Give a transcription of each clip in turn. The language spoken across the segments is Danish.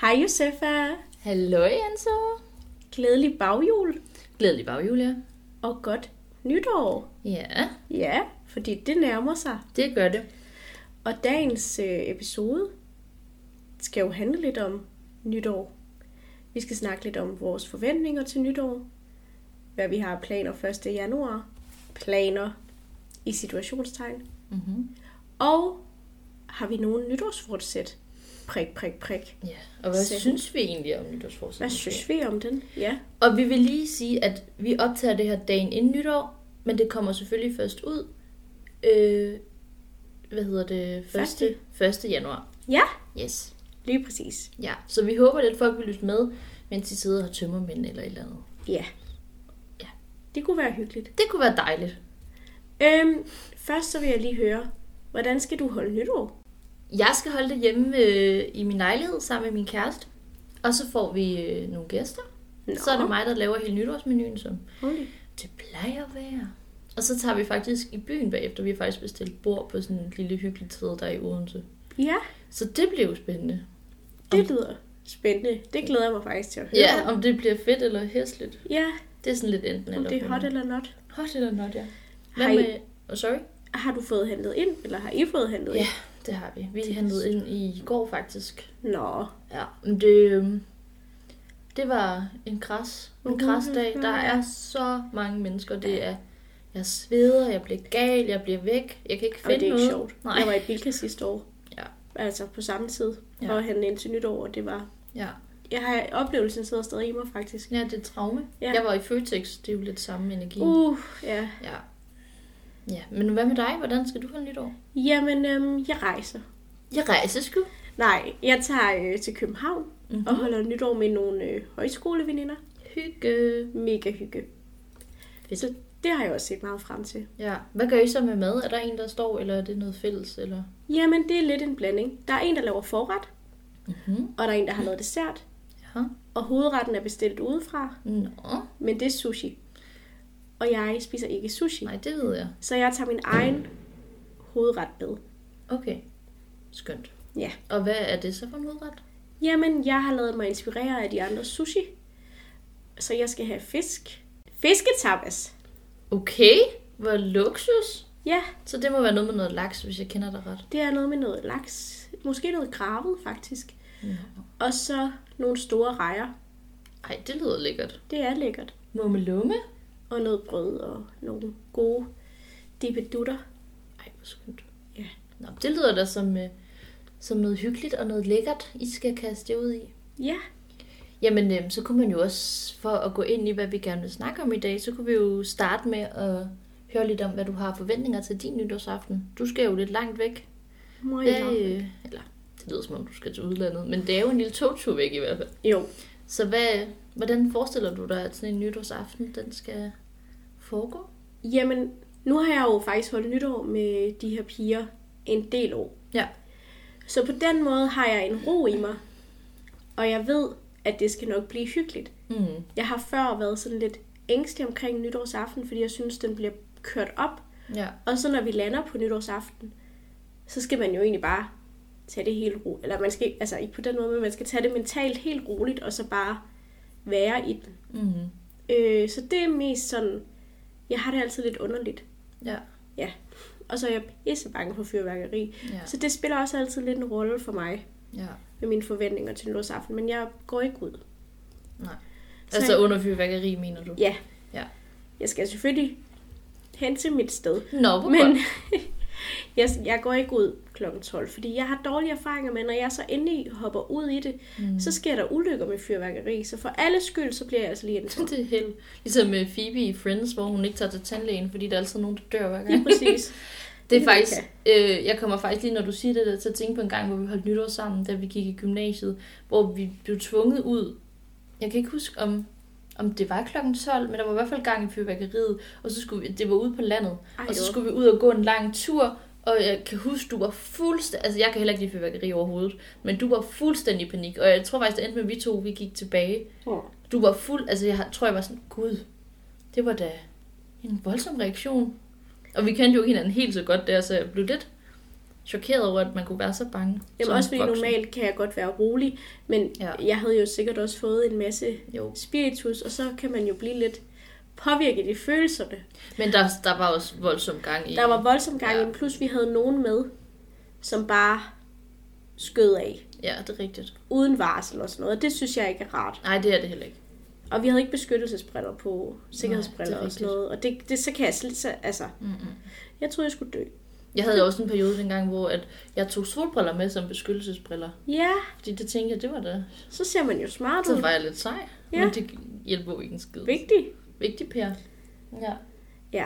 Hej Josefa. Hallo Enzo. Glædelig bagjul Glædelig bagjul, ja. og godt nytår. Ja, Ja, fordi det nærmer sig. det gør det. Og dagens øh, episode skal jo handle lidt om nytår. Vi skal snakke lidt om vores forventninger til nytår. Hvad vi har af planer 1. januar. Planer i situationstegn. Mm-hmm. Og har vi nogen nytårsfortsæt? Prik, prik, prik. ja. Og hvad Sikkert. synes vi egentlig om nytårsforsæt? Hvad synes vi om den? Ja. Og vi vil lige sige, at vi optager det her dagen inden nytår, men det kommer selvfølgelig først ud, øh, hvad hedder det, Første. 1. 1. januar. Ja, Yes. lige præcis. Ja, så vi håber, at folk vil lytte med, mens de sidder og har tømmermænd eller et eller andet. Ja. Ja. Det kunne være hyggeligt. Det kunne være dejligt. Øhm, først så vil jeg lige høre, hvordan skal du holde nytår? Jeg skal holde det hjemme øh, i min lejlighed sammen med min kæreste. Og så får vi øh, nogle gæster. Nå. Så er det mig, der laver hele nytårsmenuen, som Holy. det plejer at være. Og så tager vi faktisk i byen bagefter. Vi har faktisk bestilt bord på sådan et lille hyggeligt sted, der er i Odense. Ja, Så det bliver jo spændende. det lyder spændende. Det glæder jeg mig faktisk til at høre. Ja, om det bliver fedt eller hæsligt. ja Det er sådan lidt enten om eller det er for hot mig. eller not. hot eller not, ja. Hvad Hej. med... Oh, sorry? Har du fået handlet ind, eller har I fået handlet Ja, det har vi. Vi handlede ind i går faktisk. ind? Nå, Ja, men det, øhm, det var en kras, en Mhm, krasdag. mhm. Der er så mange mennesker. Det er, jeg sveder, jeg bliver gal, jeg bliver væk. Jeg kan ikke og det er finde ikke noget. sjovt. Nej. Jeg var i Bilka sidste år. Ja. Altså på samme tid, Ja. ja. og handle ind til nytår, og det var... Ja. Jeg har oplevelsen sidder stadig i mig, faktisk. ja, det er et traume. Ja. Ja. Jeg var i Føtex, det er jo lidt samme energi. Uh, ja. Ja. ja, men hvad med dig? Hvordan skal du holde nytår? Jamen, øhm, jeg rejser. Jeg rejser sgu. Nej, jeg tager øh, til København Mm-hmm. og holder nytår med nogle øh, højskoleveninder. Hygge. mega hygge. Fedt. Så det har jeg også set meget frem til. Ja. Hvad gør I så med mad? Er der en, der står, eller er det noget fælles? Eller? Jamen, det er lidt en blanding. Der er en, der laver forret, Mm-hmm. og der er en, der har lavet dessert. Ja. Og hovedretten er bestilt udefra, Nå, men det er sushi. Og jeg spiser ikke sushi. nej, det ved jeg. Så jeg tager min egen hovedret med. Okay, skønt. Ja. Og hvad er det så for en hovedret? Jamen, jeg har lavet mig inspirere af de andre sushi. Så jeg skal have fisk. Fisketapas. Okay, hvor luksus. Ja, Så det må være noget med noget laks, hvis jeg kender dig ret. det er noget med noget laks. Måske noget gravet, faktisk. Nå. Og så nogle store rejer. Ej, det lyder lækkert. Det er lækkert. Mummelumme? og noget brød og nogle gode dibedutter. Ej, hvor skønt. Ja. Nå, det lyder da som, øh, som noget hyggeligt og noget lækkert, I skal kaste jer ud i. Ja, Jamen, øh, så kunne man jo også, for at gå ind i, hvad vi gerne vil snakke om i dag, så kunne vi jo starte med at høre lidt om, hvad du har forventninger til din nytårsaften. Du skal jo lidt langt væk. meget Hvad, øh. øh, eller, det lyder som om, du skal til udlandet, men det er jo en lille togtur væk i hvert fald. Jo, Så hvad, hvordan forestiller du dig, at sådan en nytårsaften, den skal foregå? jamen nu har jeg jo faktisk holdt nytår med de her piger en del år. Ja. Så på den måde har jeg en ro i mig, og jeg ved, at det skal nok blive hyggeligt. Mm. Jeg har før været sådan lidt ængstelig omkring nytårsaften, fordi jeg synes, den bliver kørt op. Ja. Og så når vi lander på nytårsaften, så skal man jo egentlig bare tage det helt roligt. Eller man skal, altså ikke på den måde, men man skal tage det mentalt helt roligt, og så bare være i den. Mm. Øh, så det er mest sådan, jeg har det altid lidt underligt. Ja. Ja. Og så er jeg pisse bange for fyrværkeri. Ja. Så det spiller også altid lidt en rolle for mig ja. med mine forventninger til nytårsaften, men jeg går ikke ud. Nej. Så- Altså under fyrværkeri, mener du? Ja. Ja. Jeg skal selvfølgelig hen til mit sted. Nå, hvor Men godt. jeg, jeg går ikke ud kl. 12, fordi jeg har dårlige erfaringer med, når jeg så endelig hopper ud i det, Mm. mm. så sker der ulykker med fyrværkeri. Så for alle skyld, så bliver jeg altså lige indenfor. det er helt... Ligesom med Phoebe i Friends, hvor hun ikke tager til tandlægen, fordi der er altid nogen, der dør hver Lige gang. præcis. Det er Det faktisk, kan. øh, jeg kommer faktisk lige, når du siger det der, til at tænke på en gang, hvor vi holdt nytår sammen, da vi gik i gymnasiet, hvor vi blev tvunget ud. Jeg kan ikke huske, om, om det var klokken 12, men der var i hvert fald gang i fyrværkeriet, og så skulle vi, det var ude på landet, Ej, og så jo. skulle vi ud og gå en lang tur, og jeg kan huske, du var fuldstændig, altså jeg kan heller ikke lide fyrværkeri overhovedet, men du var fuldstændig i panik, og jeg tror faktisk, det endte med, at vi to, vi gik tilbage. Åh. Du var fuld, altså jeg har- tror, jeg var sådan, gud, det var da en voldsom reaktion. Og vi kendte jo ikke hinanden helt så godt der, så jeg blev lidt chokeret over, at man kunne være så bange. Jamen som også fordi voksen. normalt kan jeg godt være rolig, men Ja. ja. jeg havde jo sikkert også fået en masse Jo. spiritus, og så kan man jo blive lidt påvirket i følelserne. Men der, der var også voldsom gang i. Der var voldsom gang, Ja. ja. plus vi havde nogen med, som bare skød af, Ja, det er rigtigt. uden varsel og sådan noget, og det synes jeg ikke er rart. Nej, det er det heller ikke. Og vi havde ikke beskyttelsesbriller på, sikkerhedsbriller Nej, det er og sådan noget, og det, det så kan jeg slet, så, altså, Mm-mm. jeg troede, jeg skulle dø. Jeg havde også en periode dengang, hvor at jeg tog solbriller med som beskyttelsesbriller. Ja, Fordi det tænkte jeg, det var da. så ser man jo smart Så ud. var jeg lidt sej. Ja. Men det hjælper jo ikke en skid. Vigtigt. Vigtig, Per. Ja. Ja,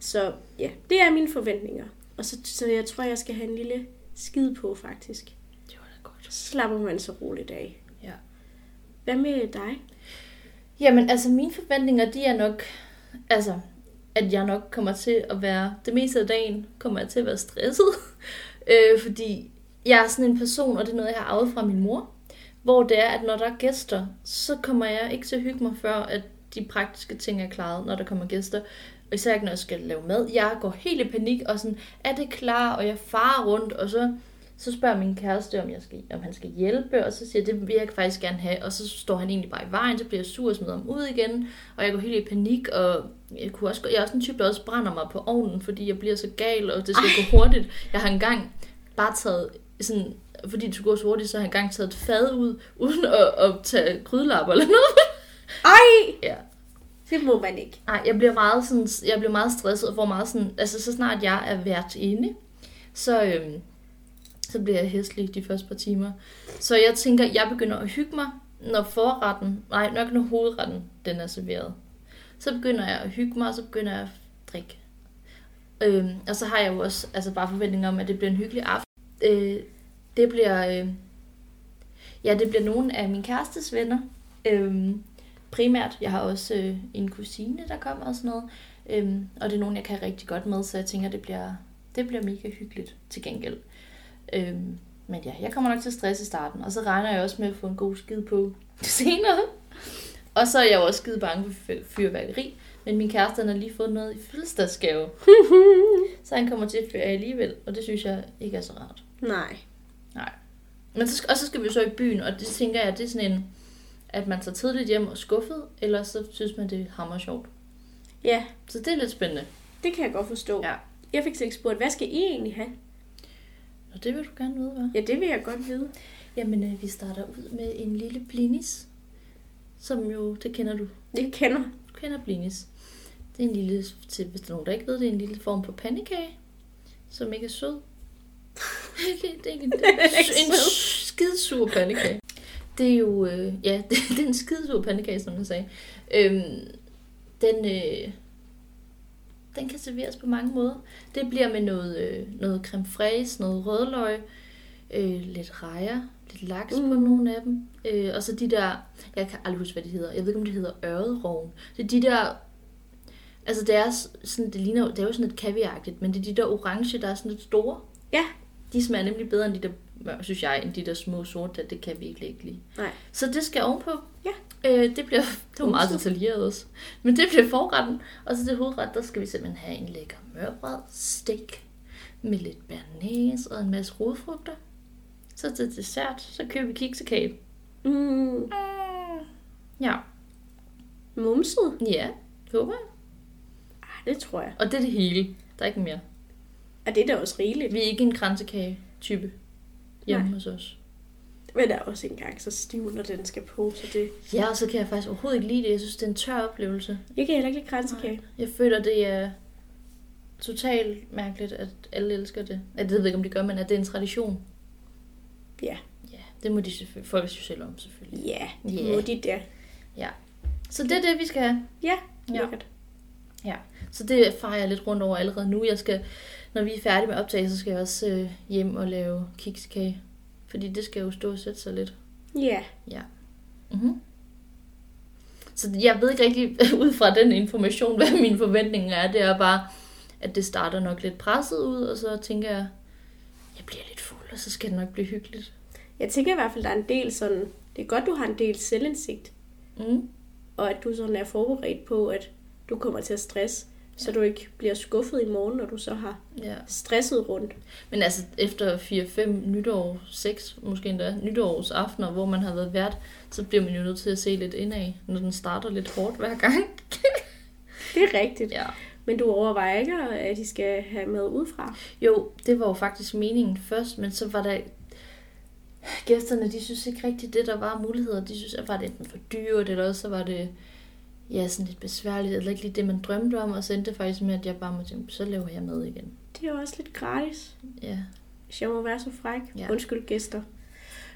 så ja, det er mine forventninger. Og så, så jeg tror, jeg skal have en lille skid på, faktisk. Det var da godt. Så slapper man så roligt af. Ja. Hvad med dig? Jamen, altså mine forventninger, de er nok, altså, at jeg nok kommer til at være, det meste af dagen kommer jeg til at være stresset, øh, fordi jeg er sådan en person, og det er noget, jeg har arvet fra min mor, hvor det er, at når der er gæster, så kommer jeg ikke til at hygge mig før, at de praktiske ting er klaret, når der kommer gæster. Og især ikke, når jeg skal lave mad. Jeg går helt i panik, og sådan, er det klar? Og jeg farer rundt, og så så spørger min kæreste, om, jeg skal, om han skal hjælpe, og så siger jeg, det vil jeg faktisk gerne have, og så står han egentlig bare i vejen, så bliver jeg sur og smider ham ud igen, og jeg går helt i panik, og jeg, kunne også, gå- jeg er også en type, der også brænder mig på ovnen, fordi jeg bliver så gal, og det skal gå hurtigt. Jeg har engang bare taget sådan, fordi det skulle gå så hurtigt, så har jeg engang taget et fad ud, uden at, at tage krydlapper eller noget. Ej! Ja. Det må man ikke. Nej, jeg bliver meget, sådan, jeg bliver meget stresset og får meget sådan, altså så snart jeg er vært inde, så, øhm, så bliver jeg hæslig de første par timer. Så jeg tænker, jeg begynder at hygge mig, når forretten, nej, nok når hovedretten, den er serveret. Så begynder jeg at hygge mig, og så begynder jeg at drikke. Øhm, og så har jeg jo også altså bare forventninger om, at det bliver en hyggelig aften. Øh, det bliver, øh, ja, det bliver nogle af min kærestes venner. Øhm, primært. Jeg har også øh, en kusine, der kommer og sådan noget. Øhm, og det er nogen, jeg kan rigtig godt med, så jeg tænker, det bliver, det bliver mega hyggeligt til gengæld. Øhm, men ja, jeg kommer nok til at stresse i starten, og så regner jeg også med at få en god skid på senere. Og så er jeg jo også skide bange for fyr- fyrværkeri, men min kæreste han har lige fået noget i fødselsdagsgave. så han kommer til at fyre af alligevel, og det synes jeg ikke er så rart. Nej. Men så skal, og så skal vi jo så i byen, og det tænker jeg, det er sådan en, at man tager tidligt hjem og skuffet, eller så synes man, det er hammer sjovt. Ja, Så det er lidt spændende. det kan jeg godt forstå. Ja. Jeg fik slet ikke spurgt, hvad skal I egentlig have? Og det vil du gerne vide, hva'? Ja, det vil jeg godt vide. Jamen, øh, vi starter ud med en lille blinis, som jo, det kender du. Jeg kender. Du kender blinis. Det er en lille, til, hvis der er nogen, der ikke ved det, er en lille form for pandekage, som ikke er sød. Okay, det er ikke en, det er Ikke en sød. skidsur pandekage. Det er jo, øh, ja, det, det er en skidsur pandekage, som jeg sagde. Øhm, den, øh, den kan serveres på mange måder. Det bliver med noget, øh, noget creme fraise, noget rødløg, øh, lidt rejer, lidt laks mm. på Mm. nogle af dem. Øh, og så de der, jeg kan aldrig huske, hvad de hedder. Jeg ved ikke, om de hedder øredrogen. Det er de der, altså det er s- sådan, det ligner, jo- det er jo sådan lidt kaviaragtigt, men det er de der orange, der er sådan lidt store. Ja. De smager nemlig bedre end de der, mør- synes jeg, end de der små sorte, der. det kan vi ikke lide. Nej. Så det skal ovenpå. Ja. Øh, det bliver, det var meget Huset. detaljeret også. Men det bliver forretten. Og så til hovedret, der skal vi simpelthen have en lækker mørbrad steak med lidt bernæs og en masse rodfrugter. Så til dessert, så køber vi kiksekage. Mm, Ja. mumset? Ja, håber jeg. Ah, det tror jeg. Og det er det hele. Der er ikke mere. Og det er da også rigeligt. Vi er ikke en kransekage-type hjemme Nej. hos os. Men der er også engang så stiv, når den skal på, så det... Ja, og så kan jeg faktisk overhovedet ikke lide det. Jeg synes, det er en tør oplevelse. Jeg kan heller ikke lide kransekage. Jeg føler, det er totalt mærkeligt, at alle elsker det. At det ved jeg ikke, om de gør, men at det er en tradition. Ja. Ja, det må de selvfølgelig. Folk synes selv om, selvfølgelig. Ja, Ja. yeah. må de der. Så det er det, vi skal have. Ja, Ja. lækkert. Så det farer jeg lidt rundt over allerede nu. Jeg skal, når vi er færdige med optagelse, så skal jeg også øh, hjem og lave kikskage. Fordi det skal jo stå og sætte sig lidt. Ja. Yeah. Mm-hmm. Så jeg ved ikke rigtig, ud fra den information, hvad mine forventninger er. Det er bare, at det starter nok lidt presset ud, og så tænker jeg, jeg bliver lidt fuld, og så skal det nok blive hyggeligt. Jeg tænker i hvert fald, der er en del sådan... Det er godt, du har en del selvindsigt, Mm. og at du sådan er forberedt på, at du kommer til at stresse. Så du ikke bliver skuffet i morgen, når du så har Ja. stresset rundt. Men altså, efter 4-5 nytår, 6 måske endda, nytårsaftener, hvor man har været vært, så bliver man jo nødt til at se lidt indad, når den starter lidt hårdt hver gang. Det er rigtigt. Ja. Men du overvejer ikke, at de skal have med udefra? Jo, det var jo faktisk meningen først, men så var der... Gæsterne, de synes ikke rigtigt, det der var muligheder. De synes, at var det enten for dyrt, eller også så var det ja, sådan lidt besværligt, eller ikke lige det, man drømte om, og så endte det faktisk med, at jeg bare måtte tænke, så laver jeg mad igen. Det er jo også lidt gratis, Ja. hvis jeg må være så fræk. Ja. Ja. Undskyld gæster.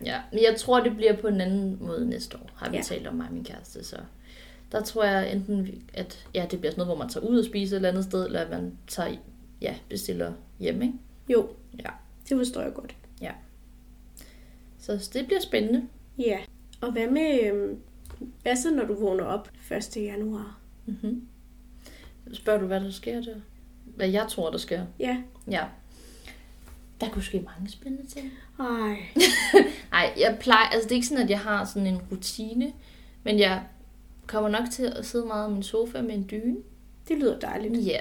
Ja, men jeg tror, det bliver på en anden måde næste år, har vi ja. Ja. talt om mig og min kæreste, så der tror jeg enten, vi- at ja, det bliver sådan noget, hvor man tager ud og spiser et eller andet sted, eller at man tager, ja, bestiller hjem, ikke? Jo, Ja. det forstår jeg godt. Så det bliver spændende. Ja. Og hvad med, øhm, hvad så når du vågner op 1. januar? Mm-hmm. Spørger du, hvad der sker der? Hvad jeg tror, der sker? Ja. Ja. Der kunne ske mange spændende ting. Ej. Nej, jeg plejer, altså det er ikke sådan, at jeg har sådan en rutine, men jeg kommer nok til at sidde meget i min sofa med en dyne, Det lyder dejligt. Ja.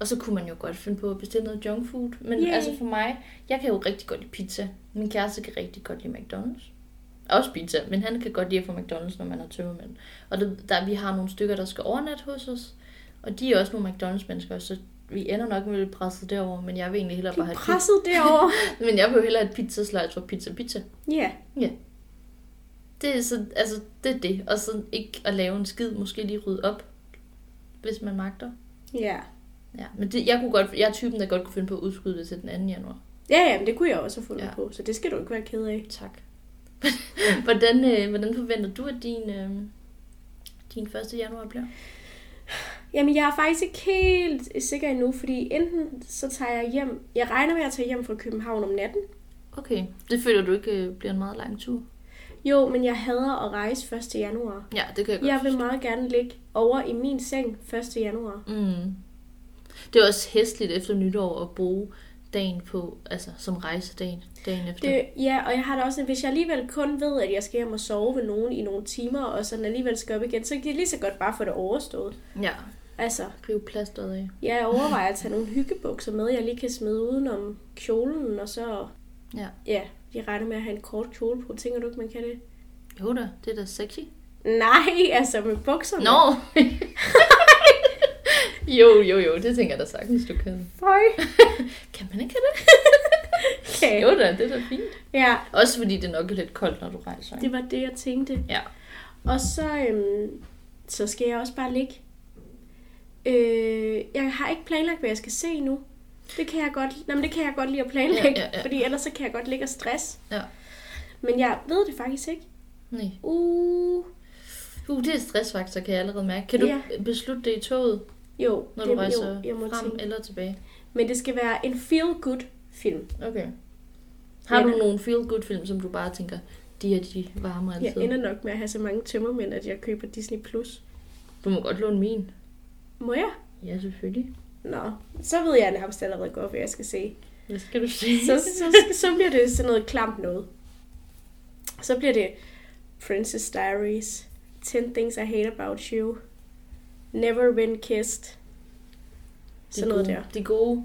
Og så kunne man jo godt finde på at bestille noget junk food. Men Yay. altså for mig, jeg kan jo rigtig godt lide pizza. Min kæreste kan rigtig godt lide McDonald's. Også pizza, men han kan godt lide at få McDonald's, når man er tømmermænd. Og det, der, vi har nogle stykker, der skal overnatte hos os. Og de er også nogle McDonald's-mennesker, så vi ender nok med at blive presset derover, men jeg vil egentlig hellere Du bare er have et presset derovre. pizza. Men jeg vil jo hellere have et pizzaslice for pizza pizza. ja. Det er, så, altså, det er det. Og så ikke at lave en skid, måske lige rydde op, hvis man magter. Ja. Ja, men det, jeg, kunne godt, jeg er typen, der godt kunne finde på at udskyde det til den 2. januar. Ja, ja, men det kunne jeg også have fundet Ja. ja. på, så det skal du ikke være ked af. Tak. hvordan, øh, hvordan forventer du, at din, øh, din 1. januar bliver? Jamen, jeg er faktisk ikke helt øh, sikker endnu, fordi enten så tager jeg hjem... Jeg regner med at tage hjem fra København om natten. Okay, det føler du ikke øh, bliver en meget lang tur? Jo, men jeg hader at rejse 1. januar. Ja, det kan jeg godt Jeg vil forstå. meget gerne ligge over i min seng 1. januar. Mm. Det er også hæsligt efter nytår at bruge dagen på, altså som rejsedagen, dagen efter. Det, ja, og jeg har da også, hvis jeg alligevel kun ved, at jeg skal hjem og sove ved nogen i nogle timer, og sådan alligevel skal op igen, så kan jeg lige så godt bare få det overstået. Ja, Altså, rive plasteret af. jeg overvejer at tage nogle hyggebukser med, jeg lige kan smide udenom kjolen, og så... Ja. Ja, jeg regner med at have en kort kjole på. Tænker du ikke, man kan det? Jo da, det er da sexy. Nej, altså med bukserne. Nå! jo, jo, jo, det tænker jeg da sagtens, du kan. Føj. Kan man ikke have det? Okay. Jo da, det er da fint. Ja, Også fordi det nok er lidt koldt, når du rejser. ikke? det var det, jeg tænkte. Ja. Og så, øhm, så skal jeg også bare ligge. Øh, jeg har ikke planlagt, hvad jeg skal se nu. Det kan jeg godt, nej, men det kan jeg godt lide at planlægge, Ja, ja, ja. fordi ellers så kan jeg godt ligge og stress. Ja. Men jeg ved det faktisk ikke. Nej. Uh, Uh, det er stressfaktor, kan jeg allerede mærke. Kan du Ja. beslutte det i toget, jo, når du rejser jo, jeg må frem tænke. eller tilbage? Men det skal være en feel-good film. Okay. Har du Ja. nogle feel-good-film, som du bare tænker, de her, de varmer Jeg altid? ender nok med at have så mange tømmermænd, at jeg køber Disney+. Plus. Du må godt låne min. Må jeg? Ja, selvfølgelig. Nå, så ved jeg nærmest allerede godt, hvad jeg skal se. Hvad skal du sige? så, så, så bliver det sådan noget klamt noget. Så bliver det Princess Diaries, 10 Things I Hate About You, Never Been Kissed. Sådan noget gode, der. De gode,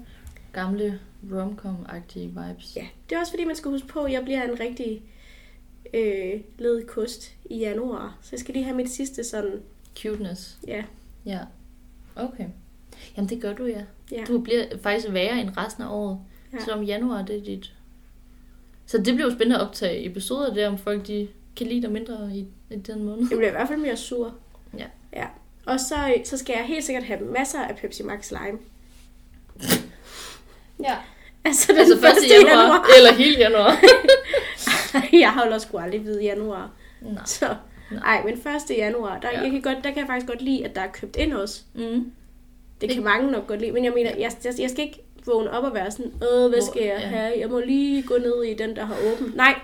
gamle romcom-agtige vibes. Ja, det er også fordi, man skal huske på, at jeg bliver en rigtig øh, led kost i januar. Så jeg skal lige have mit sidste sådan, Cuteness. ja, Ja. Okay. Jamen, det gør du, ja. ja. Du bliver faktisk værre end resten af året. Ja. Ja. Så om januar, det er dit. Så det bliver jo spændende at optage episoder der, om folk de kan lide dig mindre i, i den måned. Jeg bliver i hvert fald mere sur. Ja. ja. Og så, så skal jeg helt sikkert have masser af Pepsi Max Lime. Ja. Altså den Altså 1. januar, januar, eller hele januar. jeg har jo også sgu aldrig hvide januar. Nej. Så, nej, men 1. januar, der, Ja. ja. jeg kan godt, der kan jeg faktisk godt lide, at der er købt ind også. Mm. Det Det- kan mange nok godt lide, men jeg mener, jeg, jeg, jeg skal ikke vågne op og være sådan, øh, hvad Hvor- skal jeg ja. have? Jeg må lige gå ned i den, der har åbent. Nej,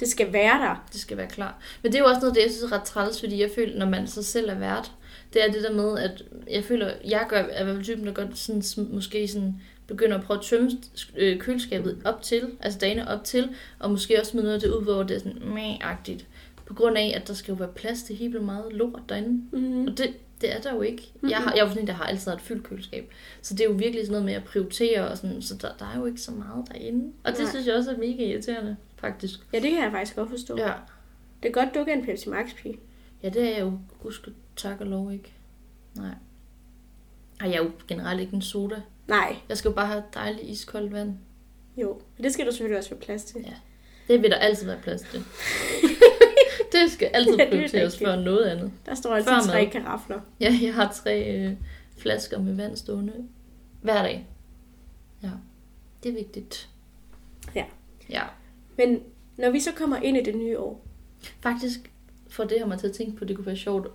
det skal være der. Det skal være klar. Men det er jo også noget, af det jeg synes er ret træls, fordi jeg føler, når man så selv er vært, det er det der med, at jeg føler, jeg gør, er i hvert fald typen, der godt sådan, sm- måske sådan, begynder at prøve at tømme øh, køleskabet op til, altså dagene op til, og måske også smide noget af det ud, hvor det er sådan meh-agtigt. På grund af, at der skal jo være plads til helt vildt meget lort derinde. Mm. Og det, Det er der jo ikke. Mhm. Jeg, har, jeg er jo sådan en, der har altid har et fyldt køleskab. Så det er jo virkelig sådan noget med at prioritere, og sådan, så der, der er jo ikke så meget derinde. Og det Nej. synes jeg også er mega irriterende, faktisk. Ja, det kan jeg faktisk godt forstå. Ja. Ja, Det er godt, du ikke er en Pepsi Max-pige. ja det er jeg jo, husk tak og lov ikke. Nej. Og jeg er jo generelt ikke en soda. Nej, Jeg skal jo bare have dejligt iskoldt vand. jo. Men det skal der selvfølgelig også være plads til. Det vil der altid være plads til. det skal altid Ja, det er prioriteres rigtigt. før noget andet. Der står Før altid mad. tre karafler. Ja, jeg har tre øh, flasker med vand stående hver dag. Ja, det er vigtigt. Ja. Ja, Men når vi så kommer ind i det nye år, faktisk for det har man til at tænke på, det kunne være sjovt,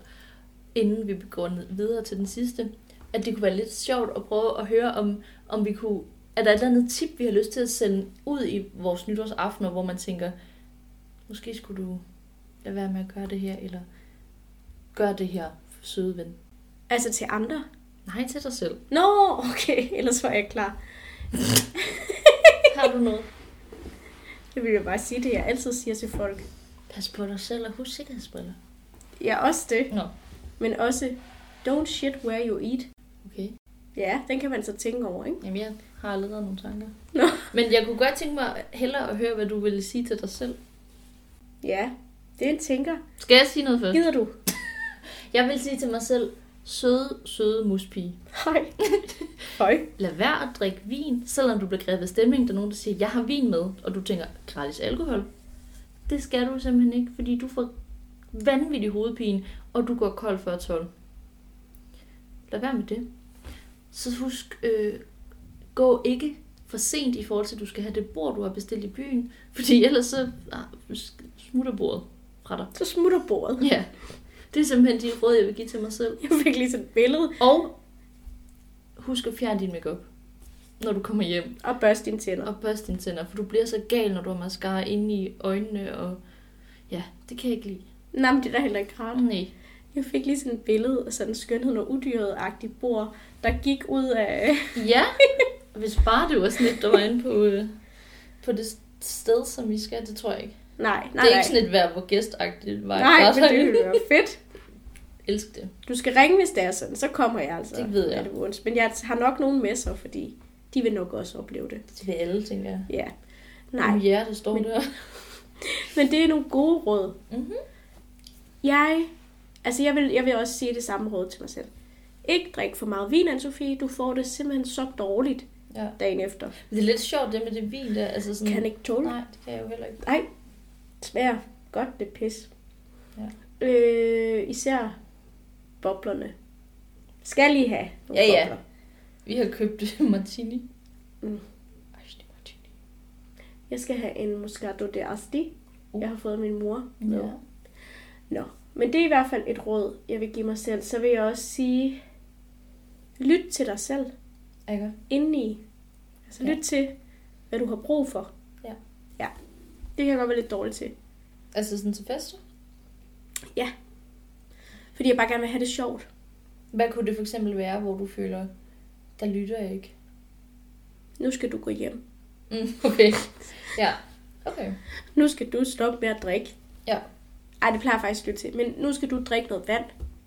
inden vi går ned- videre til den sidste, at det kunne være lidt sjovt at prøve at høre, om, om vi kunne, er der et eller andet tip, vi har lyst til at sende ud i vores nytårsaftener, hvor man tænker, måske skulle du lade være med at gøre det her, eller gør det her, søde ven. altså til andre. Nej, til dig selv. Nå, okay, ellers var jeg klar. Har du noget? Det vil jeg bare sige, det jeg altid siger til folk. Pas på dig selv og husk sikkerhedsbriller. Ja, også det, Nå, men også don't shit where you eat. okay. Ja, den kan man så tænke over, ikke? Jamen, jeg har allerede nogle tanker. Nå. Men jeg kunne godt tænke mig hellere at høre, hvad du ville sige til dig selv. Ja, det er en tænker. Skal jeg sige noget først? Gider du? Jeg vil sige til mig selv, søde, søde muspige. Hej. Hej. Lad være at drikke vin, selvom du bliver grebet af stemningen. Der er nogen, der siger, jeg har vin med, og du tænker, gratis alkohol. Det skal du simpelthen ikke, fordi du får vanvittig hovedpine, og du går kold før 12. Lad være med det. Så husk, øh, gå ikke for sent i forhold til, at du skal have det bord, du har bestilt i byen, fordi ellers så ah, smutter bordet fra dig. Så smutter bordet. Ja, det er simpelthen de råd, jeg vil give til mig selv. Jeg fik lige sådan et billede Og husk at fjerne din makeup, når du kommer hjem. og børste dine tænder. Og børste dine tænder, for du bliver så gal, når du har mascara inde i øjnene. Og ja, det kan jeg ikke lide. Nej, men det er da heller ikke rart. Nej. Jeg fik lige sådan et billede af sådan en skønhed og udyret-agtig bord, der gik ud af... Ja, hvis bare det var sådan et, der var inde på, øh, på det sted, som vi skal, det tror jeg ikke. Nej, nej, Nej, det er nej. ikke sådan et vær hvor gæstagtigt vej. Nej, men det ville være fedt. Elsk det. Du skal ringe, hvis det er sådan, så kommer jeg altså. Det ved jeg. Er det ondt. Men jeg har nok nogen med sig, fordi de vil nok også opleve det. Det vil alle, tænker jeg. Ja. Nej. Nej, Ja, det står Men- der. men det er nogle gode råd. Mhm. Jeg, altså jeg vil, jeg vil også sige det samme råd til mig selv. Ikke drik for meget vin, Anne-Sophie. Du får det simpelthen så dårligt Ja. dagen efter. Det er lidt sjovt, det med det vin der. Altså sådan, Kan ikke tåle. Nej, det kan jeg jo heller ikke. Nej, smager godt det pis. Ja. Øh, især boblerne. Skal lige have nogle Ja, ja. bobler. Vi har købt martini. Mm. Ej, det er martini. Jeg skal have en Moscato de Asti. Uh. Jeg har fået min mor med. Ja. Nå, men det er i hvert fald et råd, jeg vil give mig selv. Så vil jeg også sige, lyt til dig selv Ikke? indeni. Altså Ja. ja. lyt til, hvad du har brug for. Ja. Ja, det kan jeg godt være lidt dårlig til. Altså sådan til fester? Fordi jeg bare gerne vil have det sjovt. Hvad kunne det for eksempel være, hvor du føler, der lytter jeg ikke? Nu skal du gå hjem. Mm, okay. Ja. Okay. Nu skal du stoppe med at drikke. Ja. Ej, det plejer jeg faktisk at lytte til. Men nu skal du drikke noget vand.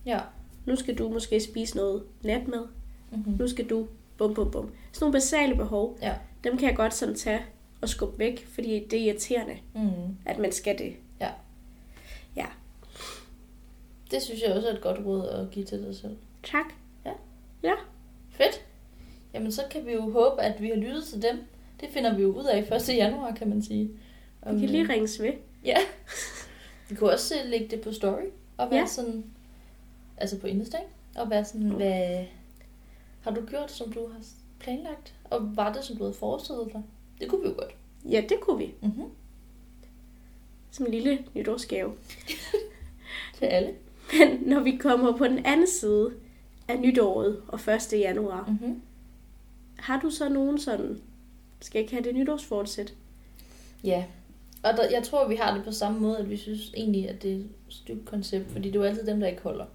Ja. Nu skal du måske spise noget natmad. Mm-hmm. Nu skal du bum bum bum. Sådan nogle basale behov. Ja. Dem kan jeg godt sådan tage og skubbe væk, fordi det er irriterende, Mm. at man skal det. Ja. Ja. Det synes jeg også er et godt råd at give til dig selv. Tak. Fedt. Jamen så kan vi jo håbe, at vi har lyttet til dem. Det finder vi jo ud af 1. januar, kan man sige. Vi kan lige ringes ved. Ja. Vi kunne også øh, lægge det på story, og være ja. Ja. Mm. sådan, altså på Insta, ikke? og være sådan, hvad har du gjort, som du har planlagt? Og var det, som du havde forestillet dig? Det kunne vi jo godt. Ja, det kunne vi. Mm-hmm. Som en lille nytårsgave. Til alle. Men når vi kommer på den anden side af nytåret og 1. januar, Mm-hmm. har du så nogen sådan, skal jeg ikke have det nytårsfortsæt? Ja. Og der, jeg tror, vi har det på samme måde, at vi synes egentlig, at det er et stygt koncept, fordi det er jo altid dem, der ikke holder.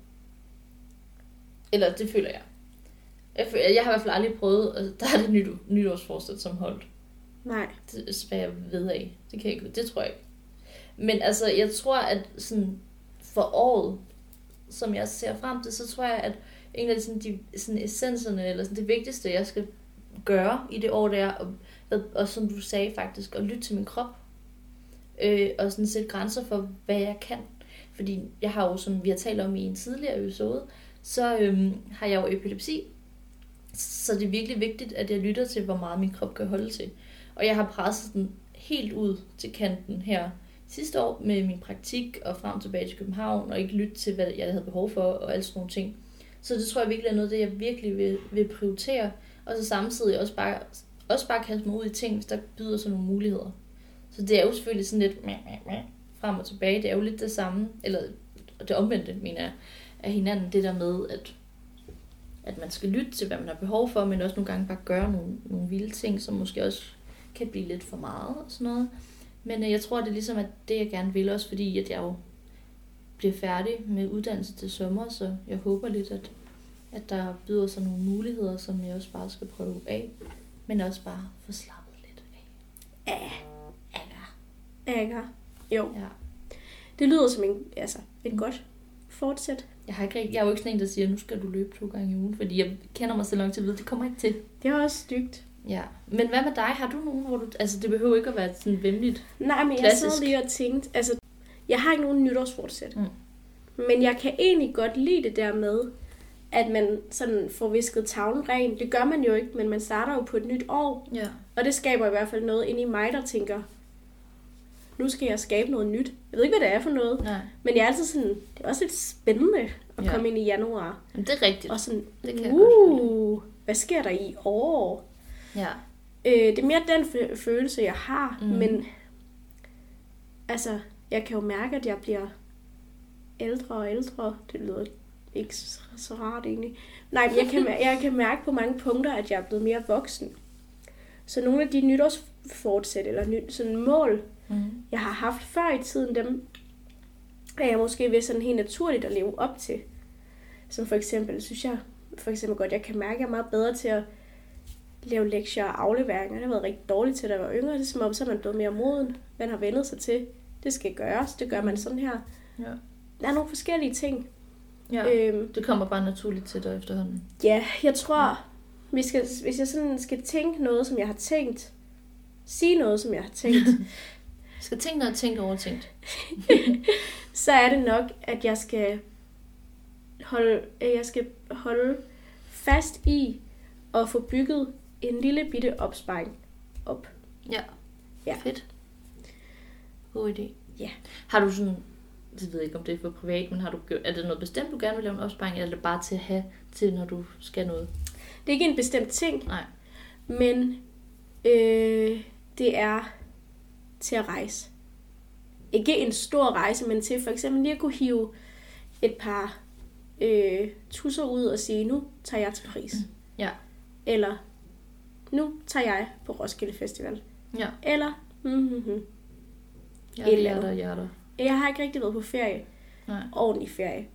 Eller det føler jeg. Jeg, føler, jeg har i hvert fald aldrig prøvet, og der er det nyt, nytårsforsæt, som holdt. Nej. Det spærer jeg ved af. Det kan jeg ikke. Det tror jeg ikke. Men altså, jeg tror, at sådan for året, som jeg ser frem til, så tror jeg, at en af de, sådan, de sådan essenserne, eller sådan det vigtigste, jeg skal gøre i det år, det er, og, og som du sagde faktisk, at lytte til min krop. Øh, og sådan sætte grænser for, hvad jeg kan. Fordi jeg har jo, som vi har talt om i en tidligere episode, så øhm, har jeg jo epilepsi. Så det er virkelig vigtigt, at jeg lytter til, hvor meget min krop kan holde til. Og jeg har presset den helt ud til kanten her sidste år med min praktik og frem og tilbage til København, og ikke lytte til, hvad jeg havde behov for og alt sådan nogle ting. Så det tror jeg virkelig er noget, det jeg virkelig vil, vil prioritere, og så samtidig også bare, også bare kaste mig ud i ting, hvis der byder sig nogle muligheder. Så det er jo selvfølgelig sådan lidt meh, meh, meh, frem og tilbage. Det er jo lidt det samme, eller det omvendte, mener jeg, af hinanden. Det der med, at, at man skal lytte til, hvad man har behov for, men også nogle gange bare gøre nogle, nogle vilde ting, som måske også kan blive lidt for meget og sådan noget. Men øh, jeg tror, det er ligesom, at det jeg gerne vil, også fordi at jeg jo bliver færdig med uddannelse til sommer, så jeg håber lidt, at, at der byder sig nogle muligheder, som jeg også bare skal prøve af, men også bare få slappet lidt af. Ja, Ja, ja. Akker. Jo, ja. det lyder som en, altså, et godt fortsæt. Jeg, har ikke, rigtig- jeg er jo ikke sådan en, der siger, nu skal du løbe to gange i ugen, fordi jeg kender mig så langt til at vide, det kommer jeg ikke til. Det er også stygt. Ja. Men hvad med dig? Har du nogen, hvor du... Altså, det behøver ikke at være sådan venligt. Nej, men Klassisk. jeg Klassisk. sad lige og tænkte, altså, jeg har ikke nogen nytårsfortsæt. Mm. Mm. Men jeg kan egentlig godt lide det der med, at man sådan får visket tavlen ren. Det gør man jo ikke, men man starter jo på et nyt år. Ja. Og det skaber i hvert fald noget inde i mig, der tænker, nu skal jeg skabe noget nyt. Jeg ved ikke, hvad det er for noget. Nej. Men jeg er altid sådan, det er også lidt spændende at Ja. ja. komme ind i januar. Jamen, det er rigtigt. Og sådan, Det det kan kan jeg uh, hvad sker der i år? Ja. Øh, det er mere den fø- følelse, jeg har, Mhm. mm. men altså, jeg kan jo mærke, at jeg bliver ældre og ældre. Det lyder ikke så, så rart egentlig. Nej, men jeg kan, mær- jeg kan mærke på mange punkter, at jeg er blevet mere voksen. Så nogle af de nytårsfortsæt, eller ny, sådan mål, Mm. jeg har haft før i tiden, dem er jeg måske ved sådan helt naturligt at leve op til. Som for eksempel, synes jeg for eksempel godt, jeg kan mærke, at jeg er meget bedre til at lave lektier og afleveringer. Det har jeg været rigtig dårligt til, da jeg var yngre. Det er som om, så er man blevet mere moden. Man har vendet sig til, det skal gøres, det gør man sådan her. Ja. Der er nogle forskellige ting. ja. Øh. Øhm, Det kommer bare naturligt til dig efterhånden. Ja, jeg tror, hvis jeg, hvis jeg sådan skal tænke noget, som jeg har tænkt, sige noget, som jeg har tænkt, Jeg skal tænke noget tænkt over tænkt. så er det nok, at jeg skal holde, at jeg skal holde fast i at få bygget en lille bitte opsparing op. Ja. Ja. Fedt. God idé. Ja. Har du sådan... Det ved jeg ikke, om det er for privat, men har du, gjort- er det noget bestemt, du gerne vil lave en opsparing, eller er det bare til at have til, når du skal noget? Det er ikke en bestemt ting, Nej. men øh, det er til at rejse. Ikke en stor rejse, men til for eksempel lige at kunne hive et par øh, tusser ud og sige, nu tager jeg til Paris. Ja. Eller, nu tager jeg på Roskilde Festival. Ja. Eller, mm-hmm. Ja, Et eller hjerter, hjerter. Jeg har ikke rigtig været på ferie, Nej. ordentlig ferie,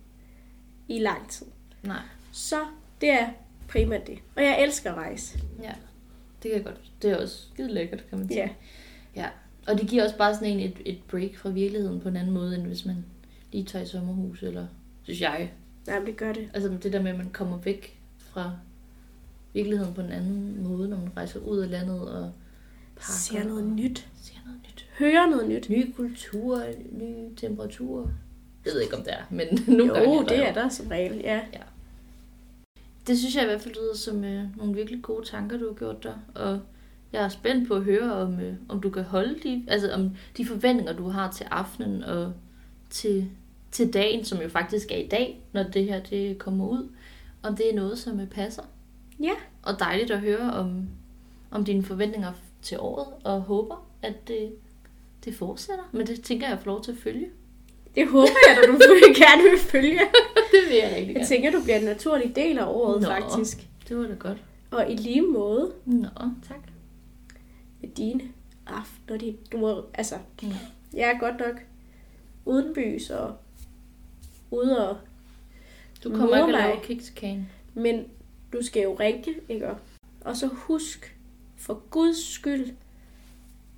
i lang tid. Nej. Så det er primært det. Og jeg elsker at rejse. Ja. Det kan jeg godt. Det er også skide lækkert, kan man sige. Ja. ja. Og det giver også bare sådan en et, et break fra virkeligheden på en anden måde, end hvis man lige tager i sommerhus, eller synes jeg. Nej, men det gør det. Altså det der med, at man kommer væk fra virkeligheden på en anden måde, når man rejser ud af landet og pakker. Ser noget nyt. Ser noget nyt. Hører noget nyt. Nye kulturer, nye temperaturer. Jeg ved ikke, om det er, men nogle gange Jo, der det er der som regel, ja. Det synes jeg i hvert fald lyder som øh, nogle virkelig gode tanker, du har gjort der. Og jeg er spændt på at høre, om, øh, om du kan holde de, altså, om de forventninger, du har til aftenen og til, til dagen, som jo faktisk er i dag, når det her det kommer ud. Om det er noget, som øh, passer. Ja, Og dejligt at høre om, om dine forventninger f- til året, og håber, at det, det fortsætter. Men det tænker jeg, jeg får lov til at følge. det håber jeg, at du vil- gerne vil følge. det vil jeg rigtig Jeg tænker, du bliver en naturlig del af året, Nå. Nå. faktisk. Det var da godt. Og i lige måde Nå, tak. med dine aftener, de, du må, altså, Mm. jeg er godt nok udenbys og ude og, Du kommer ikke at Morlej. lave kikskagen. men du skal jo ringe, ikke? Og- Og så husk, for guds skyld,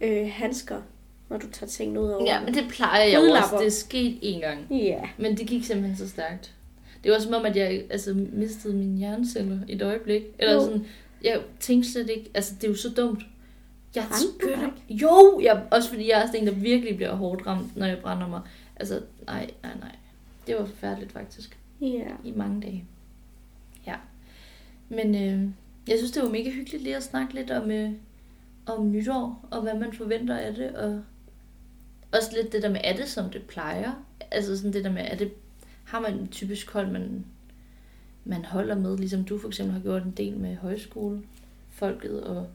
øh, handsker, når du tager ting ud over. Ja, men det plejer jeg jo også. Hudlapper. Det er sket en gang. ja. Men det gik simpelthen så stærkt. Det var som om, at jeg altså, mistede mine hjerneceller i et øjeblik. Eller Jo. sådan, jeg tænkte slet ikke, altså det er jo så dumt. Jeg Brændte du dig skynder. Jo, jeg, også fordi jeg er sådan en, der virkelig bliver hårdt ramt, når jeg brænder mig. Altså, nej, nej, nej. Det var forfærdeligt faktisk. Ja. I mange dage. Ja. Men øh, jeg synes, det var mega hyggeligt lige at snakke lidt om, øh, om nytår, og hvad man forventer af det, og også lidt det der med, er det som det plejer? Altså sådan det der med, er det, har man et typisk hold, man, man holder med, ligesom du for eksempel har gjort en del med højskolefolket, og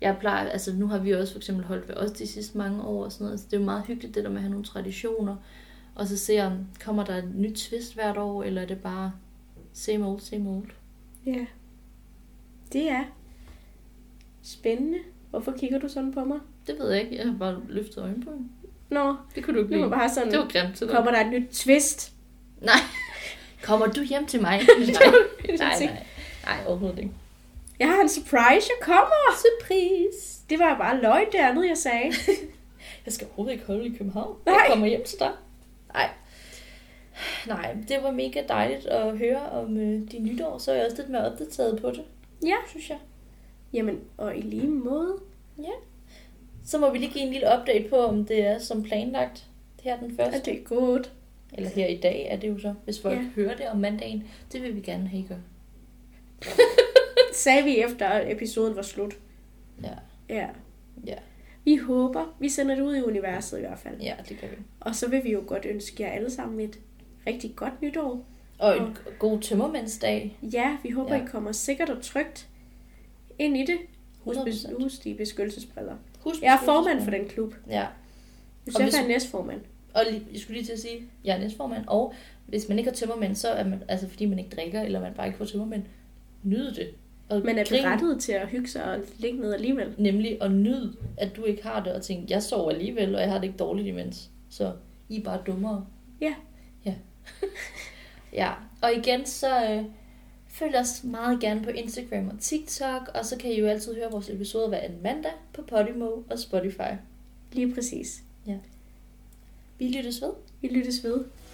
jeg plejer, altså nu har vi også for eksempel holdt ved os de sidste mange år og sådan noget, så det er jo meget hyggeligt det der med at have nogle traditioner, og så se om, kommer der et nyt twist hvert år, eller er det bare same old, same old? Ja. Det er spændende. Hvorfor kigger du sådan på mig? Det ved jeg ikke, jeg har bare løftet øjenbryn. Nå, Det kunne du ikke det var lide. bare sådan, Det var grimt til dig. kommer der et nyt twist? Nej. Kommer du hjem til mig? nej, nej. Nej, overhovedet ikke. Jeg har en surprise, jeg kommer! Surprise. Det var bare løgn det andet, jeg sagde. Jeg skal overhovedet ikke holde i København. Nej. kommer hjem til dig. Nej. Nej, det var mega dejligt at høre om øh, de nytår, så er jeg også lidt mere opdateret på det, ja. synes jeg. Jamen, og i lige måde. Så må vi lige give en lille update på, om det er som planlagt her den Og første. det er godt. Eller her i dag er det jo så, hvis folk Ja. ja. hører det om mandagen. Det vil vi gerne have, I gør. Sagde vi efter, at episoden var slut. Ja. Ja. Ja. Vi håber, vi sender det ud i universet i hvert fald. ja, det gør vi. Og så vil vi jo godt ønske jer alle sammen et rigtig godt nytår. Og en g- god tømmermandsdag. Ja, vi håber, Ja. ja. I kommer sikkert og trygt ind i det. Husk, 100%. bes- husk de beskyttelsesbriller. Husk Jeg er formand for den klub. Ja, Josef hvis- er næstformand. og lige, jeg skulle lige til at sige, jeg er næstformand, og hvis man ikke har tømmermænd, så er man, altså fordi man ikke drikker, eller man bare ikke får tømmermænd, nyd det. Og Man er grin, berettiget til at hygge sig og ligge ned alligevel. Nemlig at nyde, at du ikke har det, og tænke, jeg sover alligevel, og jeg har det ikke dårligt imens. Så I er bare dummere. Ja. Ja. ja, og igen så øh, følg os meget gerne på Instagram og TikTok, og så kan I jo altid høre vores episoder hver anden mandag på Podimo og Spotify. Lige præcis. Vi lyttes ved. Vi lyttes ved.